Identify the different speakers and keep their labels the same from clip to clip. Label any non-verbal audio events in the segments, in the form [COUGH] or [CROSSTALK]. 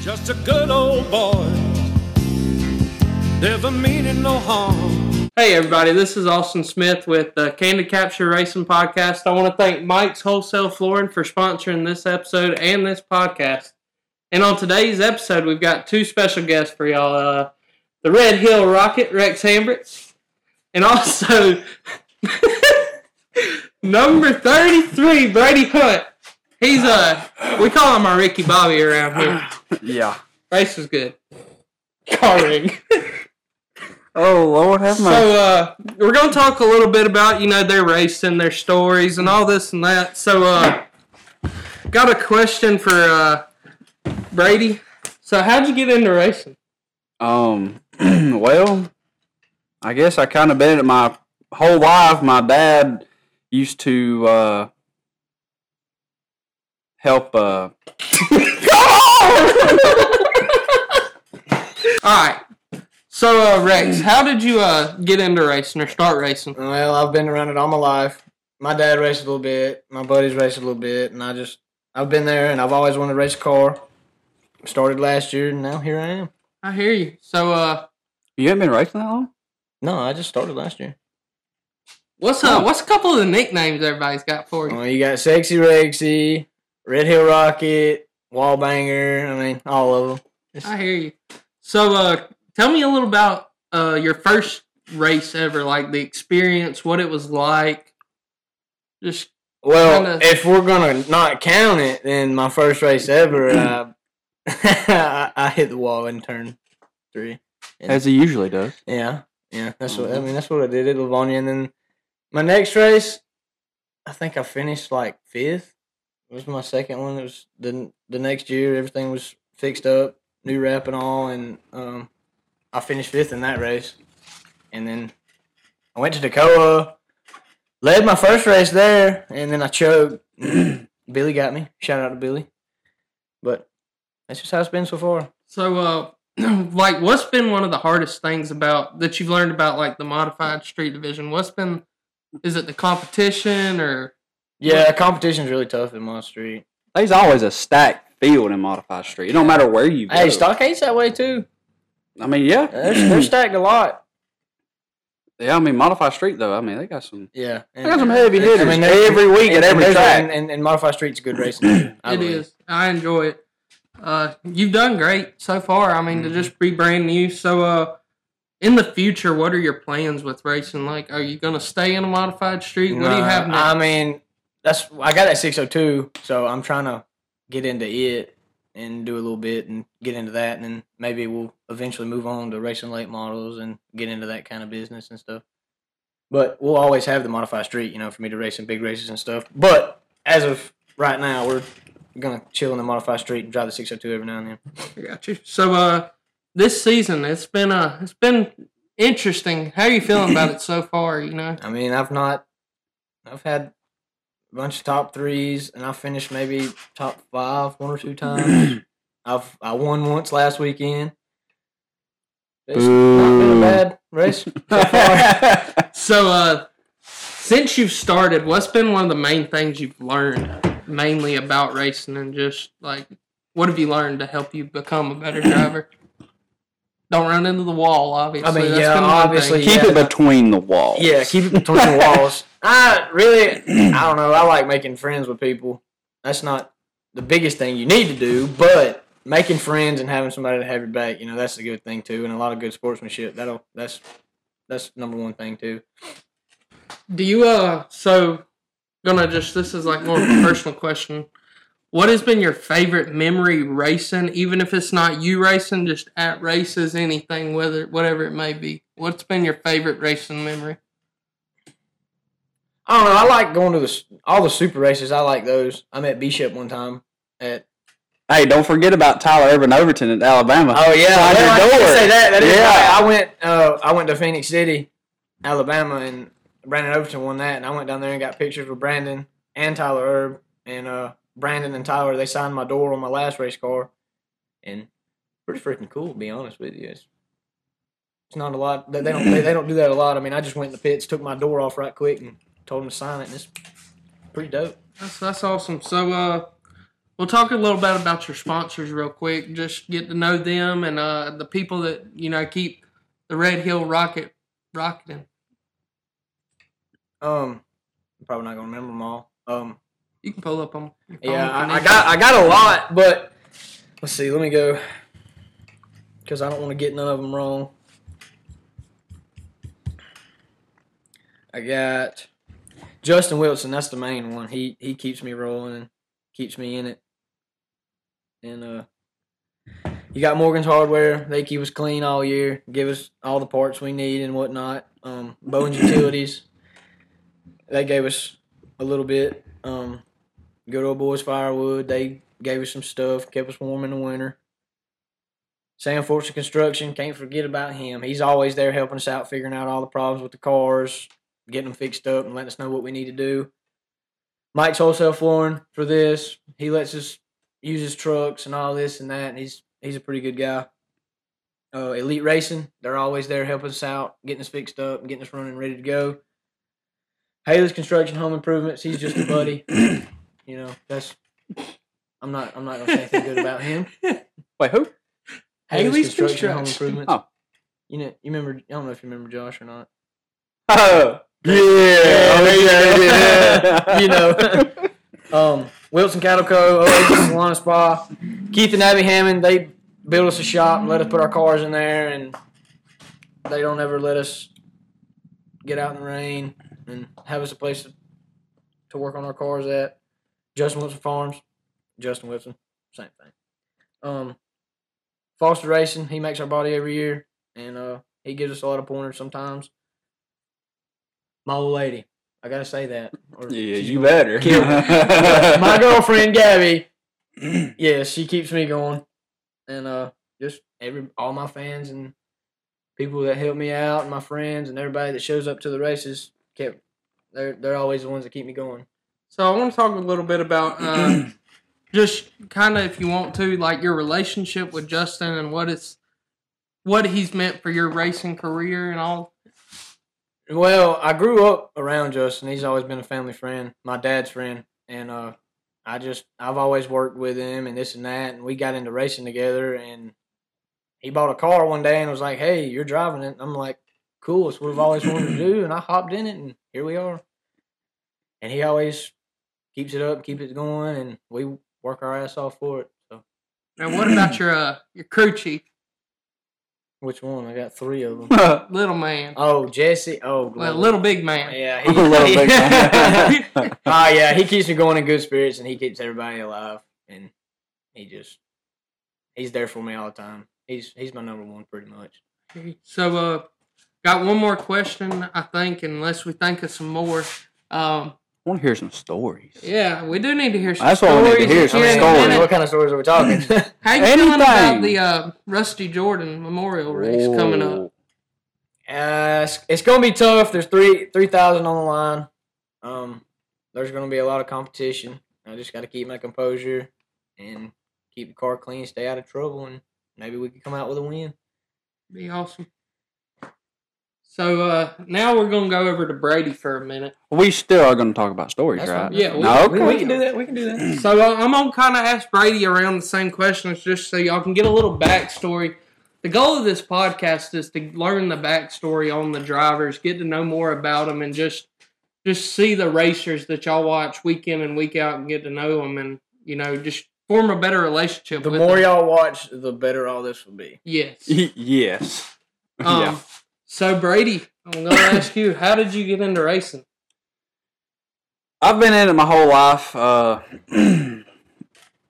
Speaker 1: Just a good old boy, never meaning no harm.
Speaker 2: Hey, everybody, this is Austin Smith with the Candid Capture Racing Podcast. I want to thank Mike's Wholesale Flooring for sponsoring this episode and this podcast. And on today's episode, we've got two special guests for y'all uh, the Red Hill Rocket, Rex Hambritz, and also [LAUGHS] number 33, Brady Hunt. He's a, we call him our Ricky Bobby around here.
Speaker 3: Yeah.
Speaker 2: Race was good. Car ring. [LAUGHS]
Speaker 3: Oh Lord, have
Speaker 2: So
Speaker 3: mercy.
Speaker 2: uh, we're gonna talk a little bit about you know their race and their stories and all this and that. So uh, got a question for uh, Brady. So how'd you get into racing?
Speaker 3: um, [CLEARS THROAT] well, I guess I kind of been it my whole life. My dad used to uh, help. Uh,
Speaker 2: All right. So uh, Rex, how did you uh, get into racing or start racing?
Speaker 4: Well, I've been around it all my life. My dad raced a little bit, my buddies raced a little bit, and I just I've been there, and I've always wanted to race a car. Started last year, and now here I am.
Speaker 2: I hear you. So uh,
Speaker 3: you haven't been racing that long.
Speaker 4: No, I just started last year.
Speaker 2: what's uh, what's a couple of the nicknames everybody's got for you?
Speaker 4: Well, you got Sexy Rexy, Red Hill Rocket, Wallbanger. I mean, all of them.
Speaker 2: I hear you. So, uh, tell me a little about uh, your first race ever, like the experience, what it was like. Just
Speaker 4: Well,
Speaker 2: Kinda-
Speaker 4: if we're gonna not count it, then my first race ever, uh, [LAUGHS] I, I hit the wall in turn three.
Speaker 3: As he usually does.
Speaker 4: Yeah, yeah. That's what I
Speaker 3: Mhm.
Speaker 4: mean. That's what I did at Livonia, and then my next race, I think I finished like fifth. It was my second one. It was the the next year. Everything was fixed up, new wrap and all, and um, I finished fifth in that race. And then I went to Dakota, led my first race there, and then I choked. Billy got me. Shout out to Billy. But that's just how it's been so far.
Speaker 2: so, uh, [CLEARS THROAT] like, what's been one of the hardest things about that you've learned about, like the modified street division? What's been is it the competition or
Speaker 4: Yeah, competition's really tough in my street.
Speaker 3: There's always a stacked field in modified street. It don't matter where you go.
Speaker 4: Hey, Stockade's that way too.
Speaker 3: I mean, yeah,
Speaker 4: They're, [CLEARS THROAT] they're stacked a lot.
Speaker 3: yeah. I mean, modified street though. I mean, they got some.
Speaker 4: Yeah,
Speaker 3: They got some heavy
Speaker 4: I mean,
Speaker 3: hitters
Speaker 4: there's-
Speaker 3: every week at every
Speaker 4: there's-
Speaker 3: track.
Speaker 4: and, and, and Modified Street's a good
Speaker 3: [CLEARS THROAT]
Speaker 4: racing. I
Speaker 2: it
Speaker 4: believe.
Speaker 2: is? I enjoy it. Uh, you've done great so far. I mean,
Speaker 4: Mm-hmm.
Speaker 2: to just be brand new. So, uh, in the future, what are your plans with racing? Like, are you gonna stay in a modified street? What do you
Speaker 4: Nah,
Speaker 2: have now?
Speaker 4: I mean, that's I got that 602, so I'm trying to get into it and do a little bit and get into that, and then maybe we'll eventually move on to racing late models and get into that kind of business and stuff. But we'll always have the Modified Street, you know, for me to race in big races and stuff. But as of right now, we're gonna chill in the Modified Street and drive the 602 every now and then.
Speaker 2: I got you. So uh this season it's been uh it's been interesting. How are you feeling about it so far, you know?
Speaker 4: I mean, I've not. I've had a bunch of top threes, and I finished maybe top five one or two times. I've I won once last weekend. It's not been a
Speaker 3: Boo.
Speaker 4: bad race. so far.
Speaker 2: So uh since you've started, what's been one of the main things you've learned mainly about racing and just like what have you learned to help you become a better driver? Don't run into the wall, obviously.
Speaker 4: mean,
Speaker 2: That's
Speaker 4: yeah,
Speaker 2: been one
Speaker 4: obviously,
Speaker 2: thing.
Speaker 3: Keep it between the walls.
Speaker 4: yeah, keep it between the walls. I really, I don't know. I like making friends with people. That's not the biggest thing you need to do, but making friends and having somebody to have your back, you know, that's a good thing too, and a lot of good sportsmanship. That'll that's that's number one thing too.
Speaker 2: Do you uh so gonna just this is like more of a personal question. What has been your favorite memory racing, even if it's not you racing, just at races, anything, whether whatever it may be? What's been your favorite racing memory?
Speaker 4: I don't know. I like going to the s- all the super races. I like those. I met Bishop one time at.
Speaker 3: Hey, don't forget about Tyler Urban Overton at Alabama. Sign
Speaker 4: Oh, well,
Speaker 3: your
Speaker 4: I
Speaker 3: door.
Speaker 4: did say that. That is
Speaker 3: Yeah.
Speaker 4: right. I went. Uh, I went to Phoenix City, Alabama, and Brandon Overton won that. And I went down there and got pictures with Brandon and Tyler Erb and uh, Brandon and Tyler. They signed my door on my last race car, and pretty freaking cool. To be honest with you, it's, it's not a lot. They, they don't. They, they don't do that a lot. I mean, I just went in the pits, took my door off right quick, and told them to sign it, and it's pretty dope.
Speaker 2: That's that's awesome. So uh We'll talk a little bit about your sponsors real quick. Just get to know them and uh, the people that you know keep the Red Hill Rocket rocketing.
Speaker 4: Um, I'm probably not gonna remember them all. Um,
Speaker 2: You can pull up on. your phone
Speaker 4: yeah,
Speaker 2: if you
Speaker 4: I, I
Speaker 2: need
Speaker 4: got I got a lot, but let's see. Let me go because I don't want to get none of them wrong. I got Justin Wilson. That's the main one. He he keeps me rolling and keeps me in it. And uh, you got Morgan's Hardware. They keep us clean all year. Give us all the parts we need and whatnot. Um, Bowen's Utilities. They gave us a little bit. Um, good old boys Firewood. They gave us some stuff, kept us warm in the winter. Sam Fortune Construction, can't forget about him. He's always there helping us out, figuring out all the problems with the cars, getting them fixed up, and letting us know what we need to do. Mike's Wholesale Flooring for this. He lets us use his trucks and all this and that. And he's he's a pretty good guy. Uh, Elite Racing, they're always there helping us out, getting us fixed up, and getting us running ready to go. Haley's Construction Home Improvements, he's just a buddy. you know, that's I'm not I'm not gonna say anything good about him.
Speaker 3: Wait, who?
Speaker 2: Haley's
Speaker 4: Home
Speaker 2: Construction.
Speaker 4: Improvements.
Speaker 3: Oh.
Speaker 4: You know, you remember? I don't know if you remember Josh or not.
Speaker 3: Oh, yeah. Oh,
Speaker 4: yeah, [LAUGHS] You know. Um, Wilson Cattle Co. Oasis Salon and Spa. Keith and Abby Hammond. They built us a shop and let us put our cars in there, and they don't ever let us get out in the rain and have us a place to, to work on our cars at. Justin Wilson Farms. Justin Wilson. Same thing. Um, Foster Racing. He makes our body every year, and uh, he gives us a lot of pointers sometimes. My old lady. I gotta say that. or
Speaker 3: Yeah,
Speaker 4: she's
Speaker 3: you
Speaker 4: gonna-
Speaker 3: better.
Speaker 4: Kill me.
Speaker 3: [LAUGHS]
Speaker 4: my girlfriend Gabby. [CLEARS THROAT] Yeah, she keeps me going, and uh, just every all my fans and people that help me out, and my friends and everybody that shows up to the races kept. They're they're always the ones that keep me going.
Speaker 2: So I want to talk a little bit about uh, [CLEARS THROAT] just kind of, if you want to, like your relationship with Justin and what it's what he's meant for your racing career and all.
Speaker 4: Well, I grew up around Justin. He's always been a family friend, my dad's friend, and uh, I just I've always worked with him and this and that, and we got into racing together. And he bought a car one day and was like, "Hey, you're driving it." And I'm like, "Cool, it's what I've always wanted to do." And I hopped in it, and here we are. And he always keeps it up, keeps it going, and we work our ass off for it. So,
Speaker 2: And what about your uh, your crew chief,
Speaker 4: which one? I got three of them.
Speaker 2: little man,
Speaker 4: Oh, Jesse. Oh,
Speaker 2: well,
Speaker 4: Lord.
Speaker 2: little big man?
Speaker 4: Yeah,
Speaker 3: A
Speaker 4: [LAUGHS]
Speaker 3: little bit.
Speaker 2: [LAUGHS]
Speaker 4: Ah, [LAUGHS] yeah, he keeps me going in good spirits, and he keeps everybody alive, and he just he's there for me all the time. He's he's my number one, pretty much.
Speaker 2: So, uh, got one more question, I think, unless we think of some more. Um,
Speaker 3: I want to hear some stories.
Speaker 2: yeah, we do need to hear some
Speaker 3: That's what
Speaker 2: stories.
Speaker 3: we need to hear, some
Speaker 2: here in a
Speaker 3: stories.
Speaker 2: minute.
Speaker 4: what kind of stories are we talking?
Speaker 2: How you feeling about
Speaker 3: Anything.
Speaker 2: the uh, Rusty Jordan Memorial race coming up?
Speaker 4: [LAUGHS] uh, it's, it's gonna be tough. There's three three thousand on the line. Um, there's gonna be a lot of competition. I just got to keep my composure and keep the car clean, stay out of trouble, and maybe we could come out with a win.
Speaker 2: Be awesome. So uh, now we're gonna go over to Brady for a minute.
Speaker 3: We still are going to talk about stories,
Speaker 4: That's
Speaker 3: right?
Speaker 4: fine.
Speaker 2: Yeah, we-
Speaker 3: No,
Speaker 4: We,
Speaker 3: okay.
Speaker 4: we can do that. We can do that.
Speaker 2: So uh, I'm gonna kind of ask Brady around the same questions just so y'all can get a little backstory. The goal of this podcast is to learn the backstory on the drivers, get to know more about them, and just just see the racers that y'all watch week in and week out and get to know them, and you know just form a better relationship.
Speaker 4: The
Speaker 2: with
Speaker 4: more
Speaker 2: them.
Speaker 4: y'all watch, the better all this will be. [LAUGHS]
Speaker 2: yes.
Speaker 3: Y- [LAUGHS] yes.
Speaker 2: Um,
Speaker 3: yeah.
Speaker 2: So Brady, I'm
Speaker 4: [COUGHS]
Speaker 2: gonna ask you, how did you get into racing?
Speaker 3: I've been in it my whole life. Uh, [CLEARS THROAT]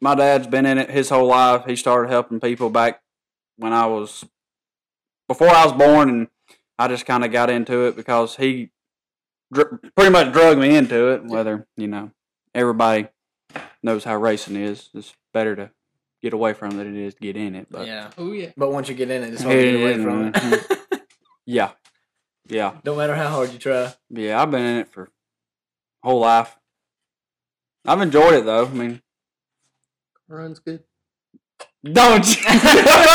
Speaker 3: my dad's been in it his whole life. He started helping people back when I was before I was born, and I just kind of got into it because he dr- pretty much drugged me into it. Whether you know, everybody knows how racing is. It's better to get away from it than it is to get in it. But
Speaker 4: yeah.
Speaker 2: Oh yeah.
Speaker 4: But once you get in it, it's
Speaker 3: Yeah,
Speaker 4: hard to get away
Speaker 3: yeah,
Speaker 4: from [LAUGHS] it.
Speaker 3: yeah, yeah,
Speaker 4: Don't matter how hard you try.
Speaker 3: yeah. I've been in it for whole life. I've enjoyed it though. I mean.
Speaker 2: Runs good.
Speaker 4: [LAUGHS]
Speaker 3: Don't you?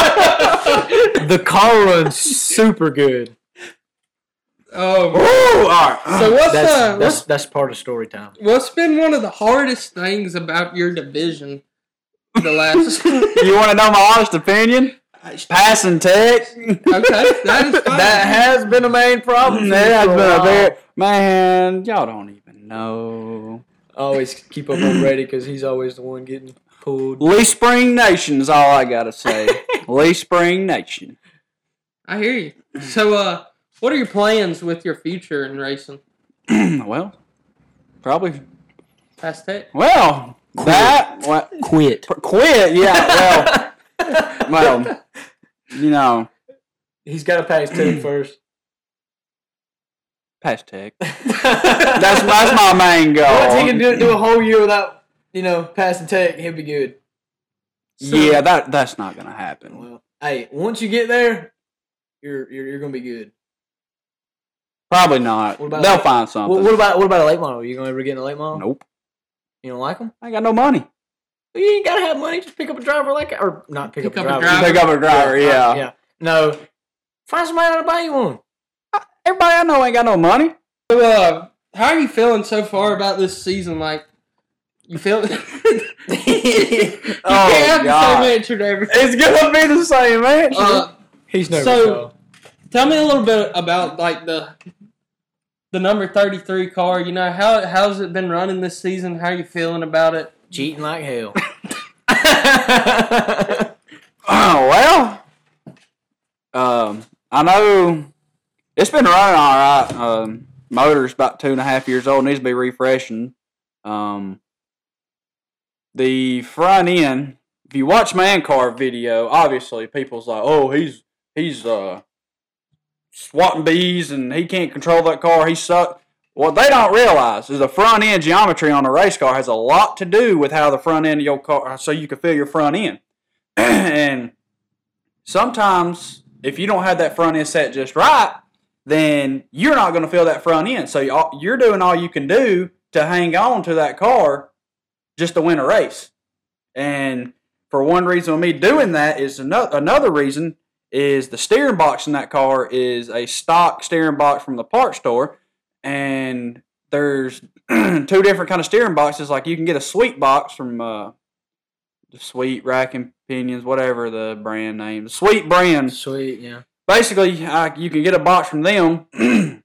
Speaker 3: Ooh,
Speaker 4: The car runs super good.
Speaker 2: Oh,
Speaker 3: all right.
Speaker 2: so what's
Speaker 4: That's,
Speaker 2: uh,
Speaker 4: that's that's part of story time.
Speaker 2: what's what's been one of the hardest things about your division the [LAUGHS] last. okay,
Speaker 3: You want to know my honest opinion? Passing tech.
Speaker 2: that is fine.
Speaker 4: That has been the main problem.
Speaker 3: That's
Speaker 4: for
Speaker 3: been
Speaker 4: a
Speaker 3: a
Speaker 4: while.
Speaker 3: very man. Y'all don't even know.
Speaker 4: I always keep up on Brady because he's always the one getting pulled.
Speaker 3: Lee Spring Nation is all I gotta say.
Speaker 4: [LAUGHS]
Speaker 3: Lee Spring Nation. [CLEARS THROAT]
Speaker 2: I hear you. So, uh, what are your plans with your future in racing?
Speaker 3: well, probably.
Speaker 2: Past tech?
Speaker 3: Well, that what
Speaker 4: Quit.
Speaker 3: quit?
Speaker 4: [LAUGHS]
Speaker 3: Yeah. Well, well, you know,
Speaker 4: He's got to pass [CLEARS THROAT] two first.
Speaker 3: pass tech.
Speaker 4: that's
Speaker 3: That's that's my main goal.
Speaker 4: Once he can do, do a whole year without, you know, passing tech, he'll be good.
Speaker 3: yeah, that that's not gonna happen.
Speaker 4: Well, hey, once you get there, you're you're, you're gonna be good.
Speaker 3: Probably not.
Speaker 4: What
Speaker 3: They'll
Speaker 4: about-
Speaker 3: find
Speaker 4: What,
Speaker 3: something.
Speaker 4: what about what about a late model? You gonna ever get in a late model?
Speaker 3: Nope.
Speaker 4: You don't like them?
Speaker 3: I ain't got no money.
Speaker 4: You ain't gotta have money. Just pick up a driver like or not pick, up, a driver.
Speaker 3: You pick up a driver, [LAUGHS] yeah.
Speaker 4: yeah. No, find somebody that'll buy you one.
Speaker 3: Everybody I know ain't got no money.
Speaker 2: So, uh, how are you feeling so far about this season? Like, you feel? [LAUGHS] you can't have
Speaker 3: God.
Speaker 2: the same answer to everything.
Speaker 3: It's gonna be the same, man.
Speaker 2: Uh,
Speaker 4: He's
Speaker 2: nervous, So- y'all. tell me a little bit about like the the number thirty three car. You know how how's it been running this season? How you feeling about it?
Speaker 4: cheating like [LAUGHS] hell.
Speaker 3: Oh well, um, I know it's been running all right. Um, motor's about two and a half years old, needs to be refreshing. Um, the front end. If you watch my car video, obviously people's like, "Oh, he's he's uh swatting bees and he can't control that car. He suck." What they don't realize is the front end geometry on a race car has a lot to do with how the front end of your car, so you can feel your front end [CLEARS THROAT] and sometimes if you don't have that front end set just right, then you're not going to feel that front end. So you- you're doing all you can do to hang on to that car just to win a race. And for one reason of me doing that is ano- another reason is the steering box in that car is a stock steering box from the part store and there's [CLEARS THROAT] two different kind of steering boxes like you can get a sweet box from uh, the sweet rack and pinions whatever the brand name sweet brand
Speaker 4: Sweet, yeah.
Speaker 3: basically I, you can get a box from them [CLEARS THROAT]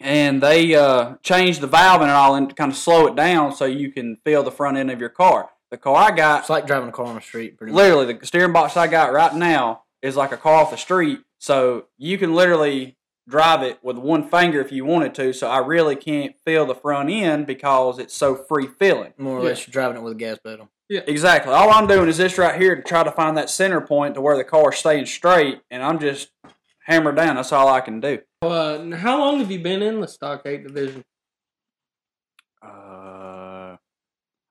Speaker 3: and they uh, change the valve and all and kind of slow it down so you can feel the front end of your car the car i got
Speaker 4: It's like driving a car on the street, pretty much.
Speaker 3: literally the steering box i got right now is like a car off the street so you can literally drive it with one finger if you wanted to so i really can't feel the front end because it's so free feeling
Speaker 4: More or
Speaker 2: Yeah.
Speaker 4: less, you're driving it with a gas pedal.
Speaker 3: Exactly. All I'm doing is this right here to try to find that center point to where the car's staying straight, and I'm just hammered down. That's all I can do.
Speaker 2: Uh, how long have you been in the stock eight division?
Speaker 3: Uh,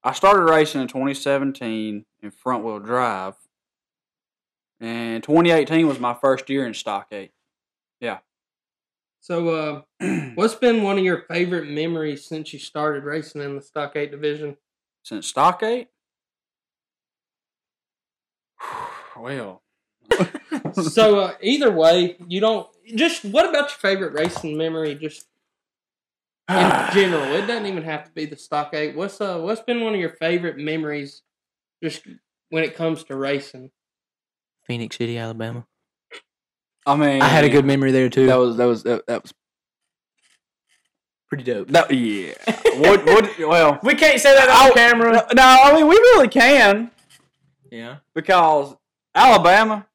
Speaker 3: I started racing in 2017 in front wheel drive, and 2018 was my first year in stock eight.
Speaker 2: So, uh, [CLEARS THROAT] what's been one of your favorite memories since you started racing in the stock eight division?
Speaker 3: Since stock eight, [SIGHS] well,
Speaker 2: so, uh, either way, you don't just. What about your favorite racing memory? Just
Speaker 4: [SIGHS]
Speaker 2: in general, it doesn't even have to be the stock eight. What's uh, what's been one of your favorite memories? Just when it comes to racing.
Speaker 4: Phoenix City, Alabama.
Speaker 3: I mean,
Speaker 4: I had a good memory there too.
Speaker 3: That was that was that, that was
Speaker 4: pretty dope.
Speaker 3: that,
Speaker 4: [LAUGHS]
Speaker 3: yeah. what what? Well.
Speaker 4: We can't say that on camera.
Speaker 3: No, I mean we really can
Speaker 4: Yeah.
Speaker 3: because Alabama.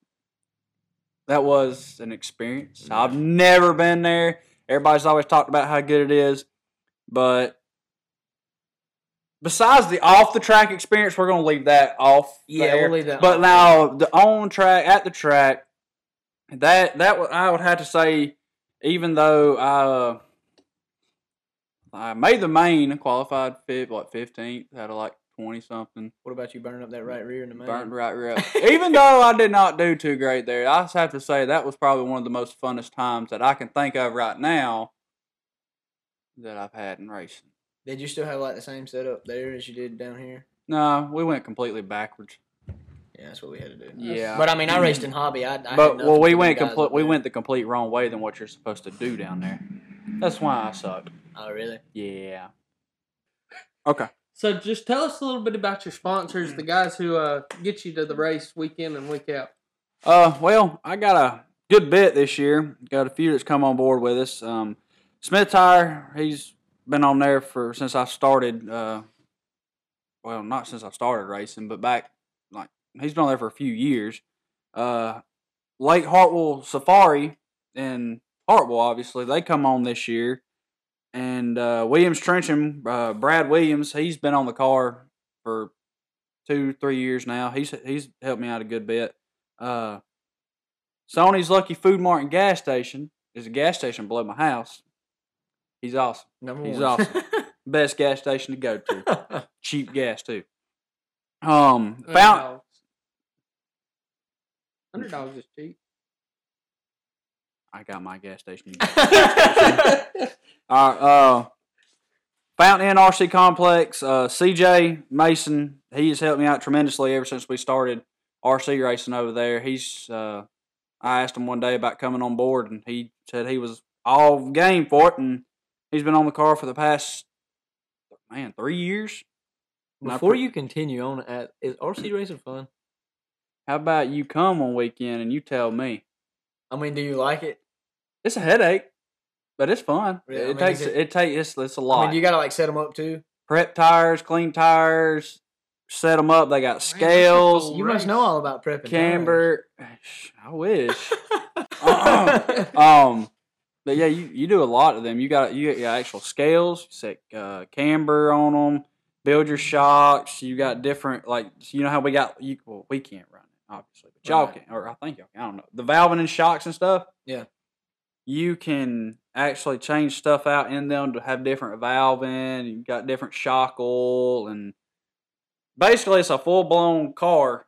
Speaker 3: That was an experience.
Speaker 4: Mm-hmm.
Speaker 3: I've never been there. Everybody's always talked about how good it is, but besides the off the track experience, we're going to leave that off.
Speaker 4: Yeah,
Speaker 3: there.
Speaker 4: we'll leave that
Speaker 3: But
Speaker 4: off.
Speaker 3: now the on track at the track, that that would I would have to say, even though I. Uh, I made the main qualified fifth, like fifteenth, out of like twenty something.
Speaker 4: What about you burning up that right rear in the main?
Speaker 3: Burned right rear up. [LAUGHS] Even though I did not do too great there, I just have to say that was probably one of the most funnest times that I can think of right now that I've had in racing.
Speaker 4: Did you still have like the same setup there as you did down here?
Speaker 3: No, we went completely backwards.
Speaker 4: Yeah, that's what we had to do.
Speaker 3: Yeah.
Speaker 4: But I mean, I raced in hobby. I, I had
Speaker 3: but well,
Speaker 4: nothing
Speaker 3: we
Speaker 4: to
Speaker 3: went
Speaker 4: you guys
Speaker 3: complete.
Speaker 4: up
Speaker 3: We
Speaker 4: there.
Speaker 3: went the complete wrong way than what you're supposed to do down there. That's why I sucked.
Speaker 4: Oh, really?
Speaker 3: Yeah. Okay.
Speaker 2: So just tell us a little bit about your sponsors, the guys who uh, get you to the race week in and week out.
Speaker 3: Uh, well, I got a good bit this year. Got a few that's come on board with us. Um, Smith Tire, he's been on there for since I started. Uh, well, not since I started racing, but back like he's been on there for a few years. Uh, Lake Hartwell Safari in Hartwell, obviously they come on this year, and uh, Williams Trencham, uh, Brad Williams, he's been on the car for two, three years now. He's he's helped me out a good bit. Uh, Sony's Lucky Food Mart and Gas Station is a gas station below my house. He's awesome.
Speaker 4: Number
Speaker 3: He's
Speaker 4: one. [LAUGHS]
Speaker 3: awesome. Best gas station to go to. Cheap gas too. Um, Fountain.
Speaker 2: Underdogs. Underdogs is cheap.
Speaker 3: I got my gas station. All right. Uh, Fountain Inn RC Complex. Uh, CJ Mason. He has helped me out tremendously ever since we started RC racing over there. He's. Uh, I asked him one day about coming on board, and he said he was all game for it, and he's been on the car for the past man three years. And I
Speaker 4: Before
Speaker 3: pre-
Speaker 4: you continue on,
Speaker 3: uh,
Speaker 4: at, is RC racing fun?
Speaker 3: how about you come one weekend and you tell me?
Speaker 4: I mean, do you like it?
Speaker 3: It's a headache, but it's fun.
Speaker 4: Yeah, I
Speaker 3: it
Speaker 4: mean,
Speaker 3: takes
Speaker 4: is it-
Speaker 3: it, takes it's, it's a
Speaker 4: I
Speaker 3: lot.
Speaker 4: mean, you gotta like set them up too.
Speaker 3: Prep tires, clean tires, set them up. They got scales,
Speaker 2: Well,
Speaker 4: You
Speaker 2: race.
Speaker 4: must know all about prepping. [LAUGHS]
Speaker 3: camber. I wish. um, but yeah, you, you do a lot of them. You got you got actual scales, you set uh, camber on them, build your shocks. You got different like you know how we got you well we can't run it obviously, but y'all all
Speaker 4: Right.
Speaker 3: can or I think y'all can. I don't know the valving and shocks and stuff.
Speaker 4: Yeah.
Speaker 3: you can actually change stuff out in them to have different valving. You got different shock oil and basically it's a full blown car.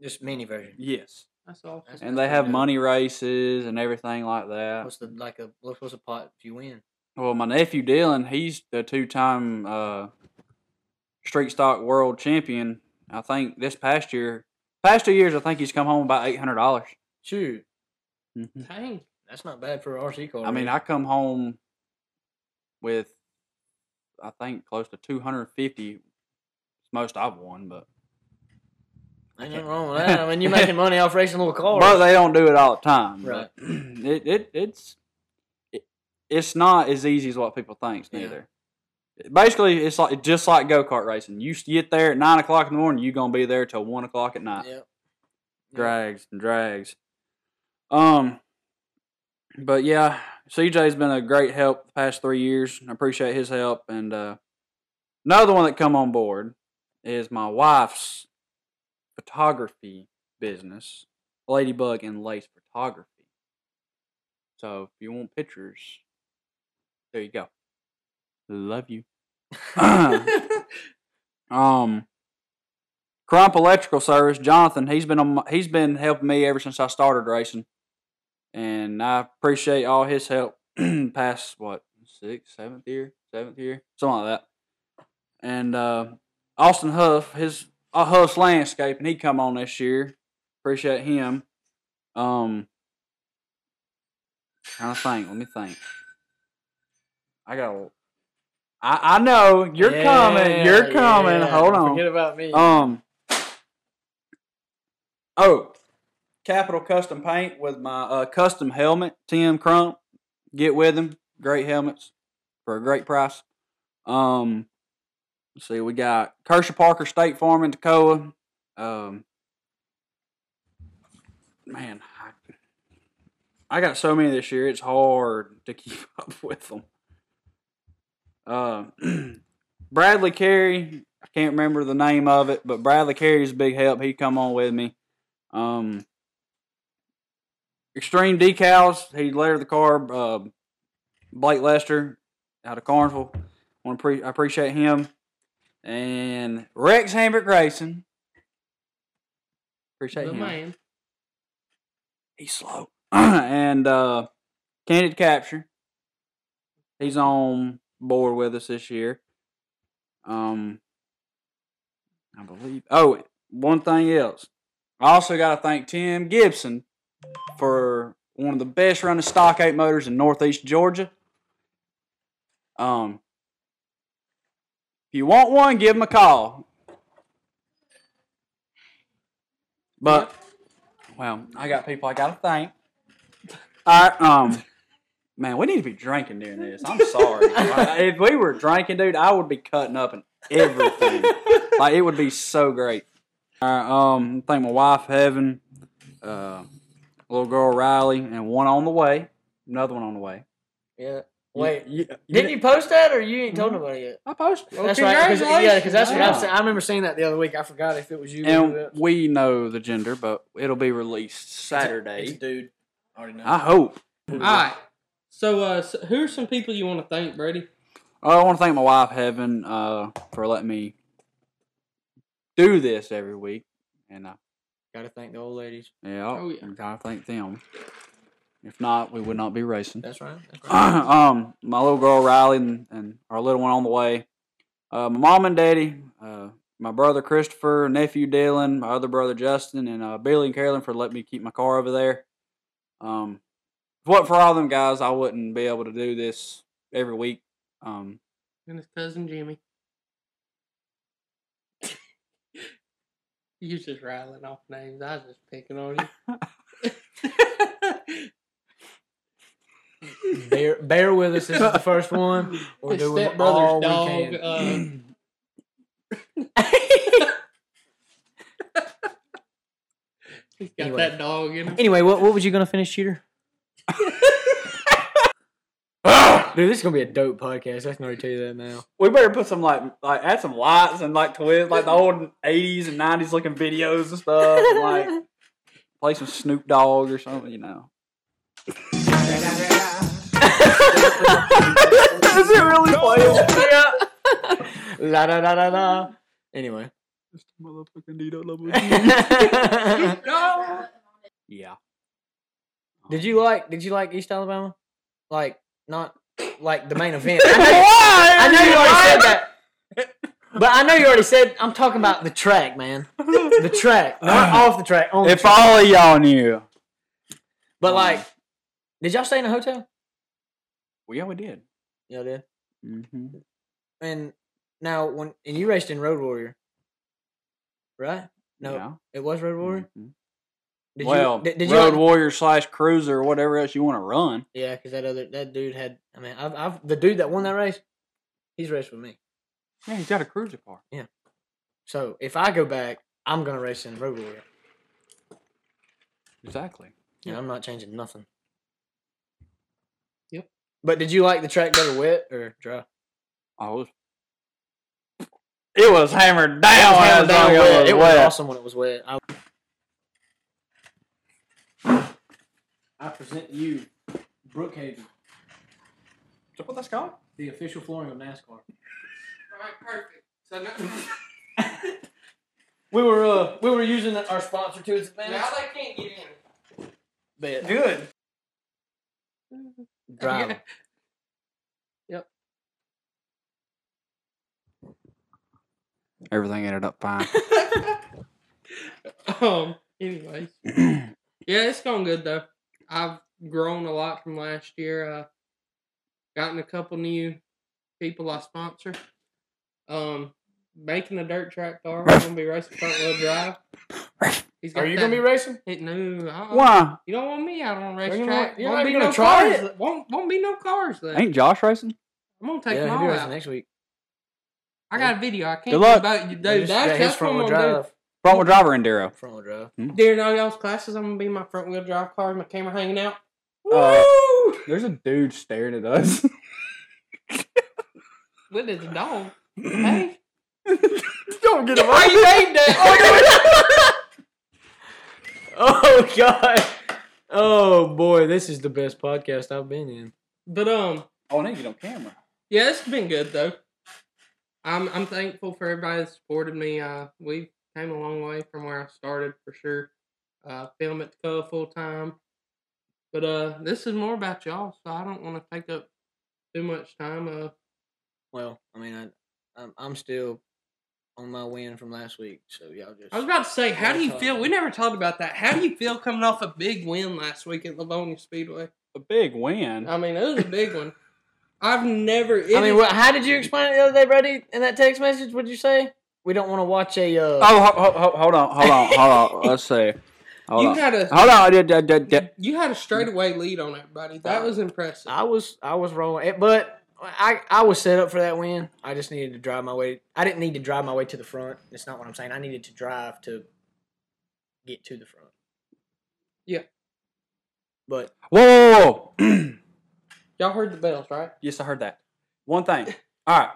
Speaker 4: Just mini version.
Speaker 3: Yes,
Speaker 2: That's awesome.
Speaker 3: and they have money races and everything like that.
Speaker 4: What's the like a what's what's a pot if you win?
Speaker 3: Well, my nephew Dylan, he's the two-time uh, street stock world champion. I think this past year, past two years, I think he's come home about eight hundred dollars.
Speaker 4: Shoot, [LAUGHS]
Speaker 2: Dang.
Speaker 4: that's not bad for an RC car.
Speaker 3: I mean,
Speaker 4: race.
Speaker 3: I come home with, I think, close to two hundred fifty. Most I've won, but
Speaker 4: ain't nothing wrong with that. I
Speaker 3: [LAUGHS]
Speaker 4: mean, you're making money off racing little cars.
Speaker 3: but they don't do it all the time.
Speaker 4: Right.
Speaker 3: but [CLEARS THROAT] It, it it's it, it's not as easy as what people think
Speaker 4: Yeah.
Speaker 3: neither. Basically, it's like just like go kart racing. You s- get there at nine o'clock in the morning, you gonna be there till one o'clock at night.
Speaker 4: Yep.
Speaker 3: Drags and drags. Um, but yeah, CJ's been a great help the past three years. I appreciate his help. And uh, another one that come on board is my wife's photography business, Ladybug and Lace Photography. So if you want pictures, there you go. Love you. [CLEARS THROAT] um, Crump Electrical Service, Jonathan. He's been on, my- he's been helping me ever since I started racing, and I appreciate all his help. [CLEARS THROAT] past what sixth, seventh year, seventh year, something like that. And uh, Austin Huff, his uh, Huff's Landscape, and he come on this year. Appreciate him. Um, trying to think. Let me think. I got. a- I I know you're
Speaker 4: Yeah,
Speaker 3: coming. You're coming.
Speaker 4: yeah,
Speaker 3: Hold
Speaker 4: don't
Speaker 3: on.
Speaker 4: Forget about me.
Speaker 3: Um. Oh, Capital Custom Paint with my uh, custom helmet, Tim Crump. Get with him. Great helmets for a great price. Um, let's see, we got Kershaw Parker State Farm in Toccoa. Um, man, I, I got so many this year. It's hard to keep [LAUGHS] up with them. Uh, [CLEARS THROAT] Bradley Carey, I can't remember the name of it, but Bradley Carey's a big help. He come on with me. Um, Extreme decals. He later the car. Uh, Blake Lester out of Carnival. Want to pre- I appreciate him. And Rex Hambrick Racing. Appreciate
Speaker 2: The
Speaker 3: him.
Speaker 2: man.
Speaker 3: He's slow. [CLEARS THROAT] and uh, Candid Capture. He's on board with us this year. Um, I believe. Oh, one thing else. I also got to thank Tim Gibson for one of the best running stock eight motors in Northeast Georgia. Um, you want one, give him a call. But, well, I got people I gotta thank. I um, man, we need to be drinking during this. I'm sorry. Like, if we were drinking, dude, I would be cutting up and everything. like it would be so great. All right, um, thank my wife Heaven, uh, little girl Riley, and one on the way. Another one on the way.
Speaker 4: Yeah. Wait.
Speaker 3: You- you- Mm-hmm.
Speaker 4: Didn't you post that, or you ain't told nobody yet?
Speaker 3: I posted.
Speaker 4: [LAUGHS]
Speaker 3: Well,
Speaker 4: That's right. 'cause- yeah, because that's what I
Speaker 3: Yeah.
Speaker 4: was saying. I remember seeing that the other week. I forgot if it was you. or who
Speaker 3: And
Speaker 4: else.
Speaker 3: we know the gender, but it'll be released Saturday. Ah.
Speaker 4: dude. I already know.
Speaker 3: I hope.
Speaker 2: All
Speaker 4: Ah.
Speaker 2: right. So, uh, so who are some people you want to thank, Brady?
Speaker 3: Oh, I want to thank my wife Heaven uh, for letting me do this every week, and I,
Speaker 4: Got to thank the old ladies.
Speaker 3: yeah,
Speaker 2: Oh, yeah.
Speaker 3: I gotta thank them. If not, we would not be racing.
Speaker 4: That's right. That's right.
Speaker 3: [COUGHS] um, my little girl Riley and, and our little one on the way. Uh, my mom and daddy, uh, my brother Christopher, nephew Dylan, my other brother Justin, and uh, Billy and Carolyn for letting me keep my car over there. Um, if it wasn't for all them guys, I wouldn't be able to do this every week. Um, [COUGHS]
Speaker 2: And his cousin Jimmy. [LAUGHS] you just rattling off names. I was just picking on you. [LAUGHS]
Speaker 4: bear, bear with us. This is the [LAUGHS] first one. We're
Speaker 2: His
Speaker 4: doing
Speaker 2: stepbrother's
Speaker 4: all we
Speaker 2: dog,
Speaker 4: can.
Speaker 2: uh,
Speaker 4: [LAUGHS]
Speaker 2: He's got
Speaker 4: Anyway.
Speaker 2: that dog in him.
Speaker 4: Anyway, what what was you gonna finish, cheater? Dude, this is gonna be a dope podcast. I can already tell you that [LAUGHS] now.
Speaker 3: we better put some like like add some lights and like twist like the old eighties and nineties looking videos and stuff. and, like play some Snoop Dogg or something, you know. Is it really playing?
Speaker 4: yeah. La da da da da. [LAUGHS] Anyway.
Speaker 3: Yeah.
Speaker 4: did you like Did you like East Alabama? Like not like the main
Speaker 3: [LAUGHS]
Speaker 4: event. I know,
Speaker 3: Why?
Speaker 4: I know you already said that. But I know you already said I'm talking about the track, man. The
Speaker 3: [LAUGHS]
Speaker 4: track, not off the track. On the
Speaker 3: If
Speaker 4: track.
Speaker 3: all of y'all knew.
Speaker 4: But like, did y'all stay in a hotel?
Speaker 3: Well, yeah, we did.
Speaker 4: Y'all did.
Speaker 3: Mm-hmm.
Speaker 4: And now when and you raced in Road Warrior, right? No,
Speaker 3: Yeah.
Speaker 4: it was Road Warrior.
Speaker 3: Mhm.
Speaker 4: Did
Speaker 3: well,
Speaker 4: you, did, did
Speaker 3: Road
Speaker 4: you,
Speaker 3: Warrior slash Cruiser or whatever else you want to run.
Speaker 4: Yeah, because that other that dude had. I mean, I've, I've the dude that won that race, he's raced with me.
Speaker 3: Yeah, he's got a cruiser car.
Speaker 4: So if I go back, I'm gonna race in Road Warrior,
Speaker 3: Exactly.
Speaker 4: and I'm not changing nothing.
Speaker 2: Yep.
Speaker 4: But did you like the track better wet or dry?
Speaker 3: I was. It was hammered down.
Speaker 4: Hands
Speaker 3: as
Speaker 4: down
Speaker 3: long as
Speaker 4: wet.
Speaker 3: It
Speaker 4: It was
Speaker 3: wet.
Speaker 4: awesome when it was wet. I,
Speaker 2: I present to you Brookhaven,
Speaker 3: Is that what that's called?
Speaker 4: the official flooring of NASCAR.
Speaker 2: All right, perfect. So now,
Speaker 4: We were uh, we were using our sponsor to his advantage.
Speaker 2: they can't get in.
Speaker 4: Bet.
Speaker 3: Good.
Speaker 4: Drive. [LAUGHS]
Speaker 3: Everything ended up fine.
Speaker 2: [LAUGHS] Um. Anyways, yeah, it's going good though. I've grown a lot from last year. Uh, gotten a couple new people I sponsor. Um, making a dirt track car. We're gonna be racing front wheel drive. He's
Speaker 4: Are you gonna be racing?
Speaker 2: racing? No, I-
Speaker 3: Why?
Speaker 2: you don't want me out on a
Speaker 4: you
Speaker 2: racetrack.
Speaker 4: not- you're
Speaker 2: won't
Speaker 4: not
Speaker 2: be
Speaker 4: gonna
Speaker 2: no
Speaker 4: try
Speaker 2: cars.
Speaker 4: it?
Speaker 2: that- Won't won't be no cars there.
Speaker 3: Ain't Josh racing?
Speaker 2: I'm gonna take
Speaker 4: yeah,
Speaker 2: them
Speaker 4: he'll be
Speaker 2: all
Speaker 4: racing
Speaker 2: out.
Speaker 4: next week.
Speaker 2: I got a video. I can't.
Speaker 3: Good luck.
Speaker 2: About you, dude,
Speaker 4: Just-
Speaker 2: that's,
Speaker 4: yeah, his
Speaker 2: that's what
Speaker 4: front
Speaker 2: I'm
Speaker 4: wheel
Speaker 2: gonna do.
Speaker 4: drive.
Speaker 3: Front wheel driver enduro.
Speaker 4: Front wheel drive.
Speaker 2: During all y'all's classes, I'm gonna be in my front wheel drive car, my camera hanging out.
Speaker 3: Uh,
Speaker 2: Woo!
Speaker 3: There's a dude staring at us. [LAUGHS]
Speaker 2: With his [CLEARS THROAT] dog. Hey.
Speaker 3: Don't get
Speaker 2: Why you made that?
Speaker 3: [LAUGHS]
Speaker 4: [LAUGHS] Oh god. Oh boy, this is the best podcast I've been in.
Speaker 2: but um,
Speaker 3: Oh, I need to get on camera.
Speaker 2: yeah, it's been good though. I'm I'm thankful for everybody that supported me. Uh, we came a long way from where I started for sure. Uh, film at Dakota full time. But uh, this is more about y'all, so I don't want to take up too much time. Uh,
Speaker 4: Well, I mean, I, I'm, I'm still on my win from last week, so y'all just.
Speaker 2: I was about to say, how do you
Speaker 4: Yeah,
Speaker 2: feel? We never talked about that. How do you feel coming off a big win last week at Livonia Speedway?
Speaker 3: A big win.
Speaker 2: I mean, it was a big one. I've never. it
Speaker 4: I mean,
Speaker 2: is-
Speaker 4: what, how did you explain it the other day, Brady? In that text message, what'd you say? We don't want to watch a. Uh,
Speaker 3: Oh, ho- ho- ho- hold on, hold on, hold on. Let's [LAUGHS] see. Hold
Speaker 2: You
Speaker 3: on.
Speaker 2: gotta-
Speaker 3: Hold on. Yeah, yeah, yeah, yeah.
Speaker 2: you had a straightaway lead on everybody. That was impressive.
Speaker 4: I was I was rolling, it, but I I was set up for that win. I just needed to drive my way. I didn't need to drive my way to the front. That's not what I'm saying. I needed to drive to get to the front.
Speaker 2: Yeah.
Speaker 4: But
Speaker 3: Whoa, whoa, whoa. [CLEARS THROAT]
Speaker 2: Y'all heard the bells, right?
Speaker 3: yes, I heard that. One thing. All right,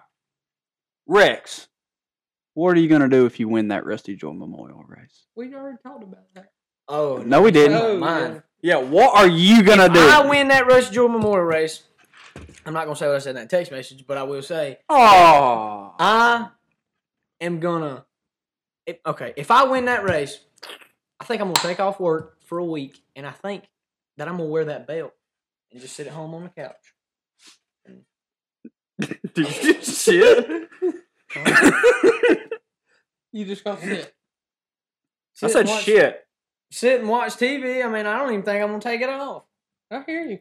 Speaker 3: Rex. What are you gonna do if you win that Rusty Joy Memorial race?
Speaker 2: We already talked about that.
Speaker 4: oh
Speaker 3: No, we didn't.
Speaker 2: Oh,
Speaker 4: mine.
Speaker 3: Yeah, what are you gonna do?
Speaker 4: I win that Rush Jewel Memorial race. I'm not gonna say what I said in that text message, but I will say
Speaker 3: Oh,
Speaker 4: I am gonna. If, okay, if I win that race, I think I'm gonna take off work for a week, and I think that I'm gonna wear that belt and just sit at home on the couch.
Speaker 3: shit!
Speaker 2: You just gonna sit.
Speaker 3: I
Speaker 4: Sit
Speaker 3: said
Speaker 4: and watch-
Speaker 3: shit.
Speaker 4: Sit and watch TV. I mean, I don't even think I'm gonna take it off.
Speaker 2: I hear you.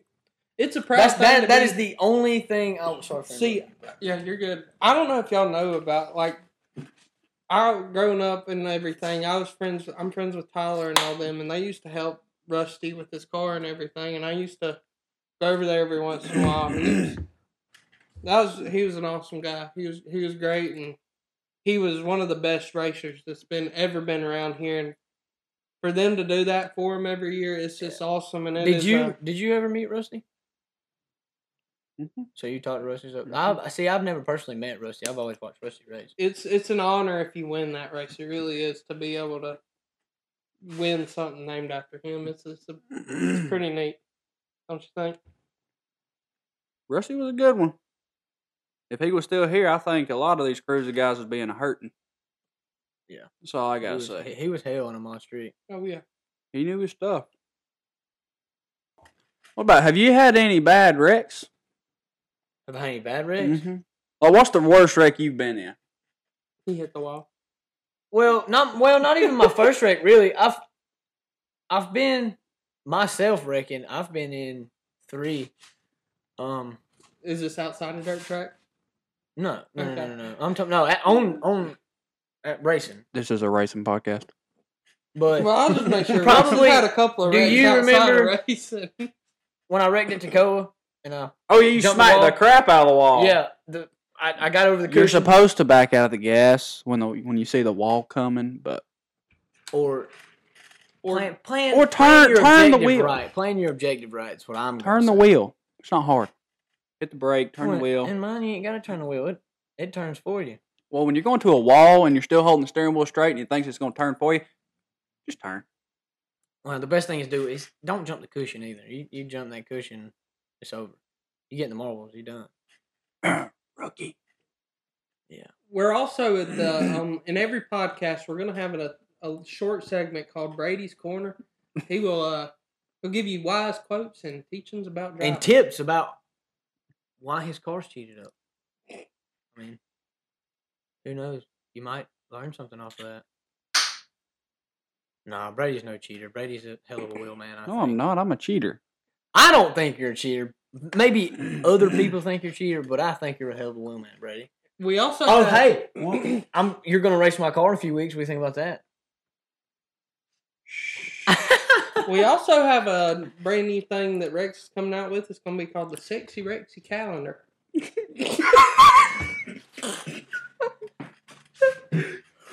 Speaker 2: It's a proud
Speaker 4: That's
Speaker 2: thing
Speaker 4: that.
Speaker 2: to
Speaker 4: That
Speaker 2: be-
Speaker 4: is the only thing. Oh, sorry. For
Speaker 2: See, yeah, you're good. I don't know if y'all know about like I growing up and everything. I was friends. I'm friends with Tyler and all them, and they used to help Rusty with his car and everything. And I used to go over there every once in a while. He was, that was he was an awesome guy. He was he was great, and he was one of the best racers that's been ever been around here. And for them to do that for him every year, it's just awesome. And it
Speaker 4: did
Speaker 2: is,
Speaker 4: you
Speaker 2: uh,
Speaker 4: did you ever meet Rusty?
Speaker 3: Mhm.
Speaker 4: So you talked to Rusty? So
Speaker 3: Mm-hmm.
Speaker 4: I see. I've never personally met Rusty. I've always watched Rusty race.
Speaker 2: it's it's an honor if you win that race. It really is to be able to win something named after him. It's it's,
Speaker 4: [CLEARS THROAT]
Speaker 2: a, it's pretty neat, don't you think?
Speaker 3: [CLEARS THROAT] Rusty was a good one. If he was still here, I think a lot of these cruiser guys would be in a hurting.
Speaker 4: Yeah.
Speaker 3: That's all I
Speaker 4: he
Speaker 3: gotta
Speaker 4: was,
Speaker 3: say.
Speaker 4: he was hell on a mod street.
Speaker 2: Oh yeah.
Speaker 3: He knew his stuff. What about have you had any bad wrecks?
Speaker 4: Have I had any bad wrecks?
Speaker 3: Mm-hmm. Like, what's the worst wreck you've been in?
Speaker 2: He hit the wall.
Speaker 4: Well, not well, not even my first wreck really. I've I've been myself wrecking. I've been in three. Um,
Speaker 2: Is this outside of dirt track?
Speaker 4: no, no, no,
Speaker 2: Okay.
Speaker 4: no, no, no. I'm talking no at, on on at racing.
Speaker 3: This is a racing podcast.
Speaker 4: But
Speaker 2: Well, I'll just
Speaker 4: [LAUGHS]
Speaker 2: make sure.
Speaker 4: Probably-
Speaker 2: Probably had a couple of
Speaker 4: do
Speaker 2: wrecks
Speaker 4: you
Speaker 2: outside of
Speaker 4: remember-
Speaker 2: racing.
Speaker 4: when I wrecked at Tacoma, and I
Speaker 3: Oh yeah, you
Speaker 4: Jump
Speaker 3: smacked
Speaker 4: the
Speaker 3: the,
Speaker 4: wall.
Speaker 3: crap out of the wall.
Speaker 4: yeah, the I, I got over the
Speaker 3: Oh. You're
Speaker 4: cushion.
Speaker 3: supposed to back out of the gas when the when you see the wall coming, but
Speaker 4: or
Speaker 2: Or-
Speaker 4: plan, plan
Speaker 3: or
Speaker 4: plan
Speaker 3: turn-
Speaker 4: your
Speaker 3: turn the
Speaker 4: objective
Speaker 3: wheel.
Speaker 4: right. Plan your objective right. Is what I'm gonna
Speaker 3: turn the
Speaker 4: say.
Speaker 3: wheel. It's not hard. Hit the brake, turn
Speaker 4: Well,
Speaker 3: the wheel.
Speaker 4: And mine, you ain't gotta turn the wheel. It it turns for you.
Speaker 3: Well, when you're going to a wall and you're still holding the steering wheel straight and you think it's going to turn for you, just turn.
Speaker 4: Well, the best thing is do is don't jump the cushion either. You you jump that cushion, it's over. You get in the marbles, you done.
Speaker 3: Rookie.
Speaker 2: [LAUGHS] We're also at the um in every podcast we're gonna have a, a short segment called Brady's Corner. He will uh he'll give you wise quotes and teachings about driving.
Speaker 4: And tips about why his car's cheated up. I mean, who knows? You might learn something off of that. Nah, Brady's no cheater. Brady's a hell of a wheel man. I
Speaker 3: No, I'm
Speaker 4: think.
Speaker 3: not. I'm a cheater.
Speaker 4: I don't think you're a cheater. Maybe other people think you're a cheater, but I think you're a hell of a wheel man, Brady.
Speaker 2: we also
Speaker 3: [LAUGHS]
Speaker 4: Oh,
Speaker 2: have-
Speaker 4: hey, I'm you're gonna race my car in a few weeks. What do you think about that?
Speaker 2: We also have a brand new thing that Rex is coming out with. It's going to be called the Sexy Rexy Calendar.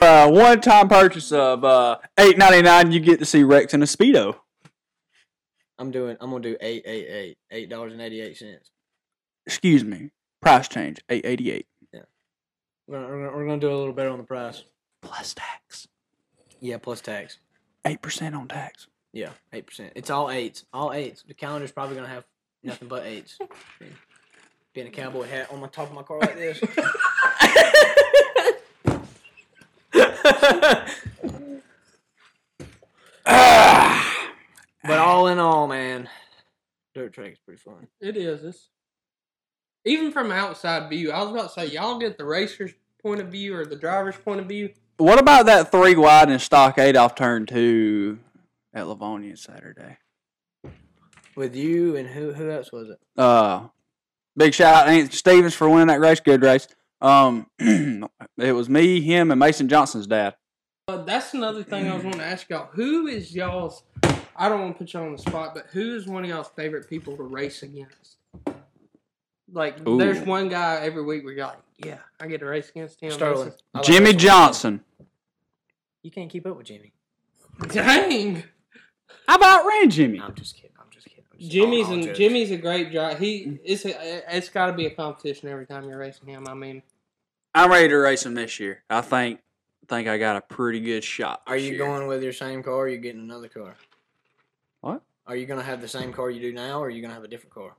Speaker 3: Uh, one time purchase of uh, eight ninety nine, you get to see Rex in a speedo.
Speaker 4: I'm doing. I'm gonna do eight, eight, eight, eight dollars and eighty-eight cents.
Speaker 3: Excuse me, price change eight eighty eight
Speaker 4: We're gonna, we're gonna- we're gonna do a little better on the price.
Speaker 3: plus tax,
Speaker 4: Yeah, plus tax.
Speaker 3: eight percent on tax.
Speaker 4: Yeah, eight percent. It's all eights. All eights. The calendar's probably gonna have nothing but eights. Being a cowboy hat on my top of my car like
Speaker 3: [LAUGHS]
Speaker 4: this. [LAUGHS]
Speaker 3: Ah!
Speaker 4: but all in all, man, dirt track is pretty fun.
Speaker 2: It is. It's, even from outside view, I was about to say, y'all get the racer's point of view or the driver's point of view.
Speaker 3: What about that three wide and stockade off turn two at Livonia Saturday?
Speaker 4: With you and who? Who else was it?
Speaker 3: Uh, Big shout out to Anthony Stevens for winning that race. Good race. Um, [CLEARS THROAT] it was me, him, and Mason Johnson's dad.
Speaker 2: Uh, that's another thing I was wanting to ask y'all. Who is y'all's? I don't want to put y'all on the spot, but who is one of y'all's favorite people to race against? Like,
Speaker 3: Ooh.
Speaker 2: there's one guy every week where you're like, yeah, I get to race against him.
Speaker 4: Sterling. I like
Speaker 3: Jimmy
Speaker 4: Sterling.
Speaker 3: Johnson.
Speaker 4: You can't keep up with Jimmy.
Speaker 2: Dang,
Speaker 3: How about ran Jimmy?
Speaker 4: I'm just kidding. I'm just kidding. I'm just-
Speaker 2: Jimmy's
Speaker 4: I'll- I'll
Speaker 2: and
Speaker 4: joke.
Speaker 2: Jimmy's a great driver. He it's a, it's got to be a competition every time you're racing him. I mean,
Speaker 3: I'm ready to race him this year. I think think I got a pretty good shot.
Speaker 4: Are
Speaker 3: this
Speaker 4: you
Speaker 3: year.
Speaker 4: going with your same car? or Are you getting another car?
Speaker 3: What?
Speaker 4: Are you gonna have the same car you do now, or are you gonna have a different car?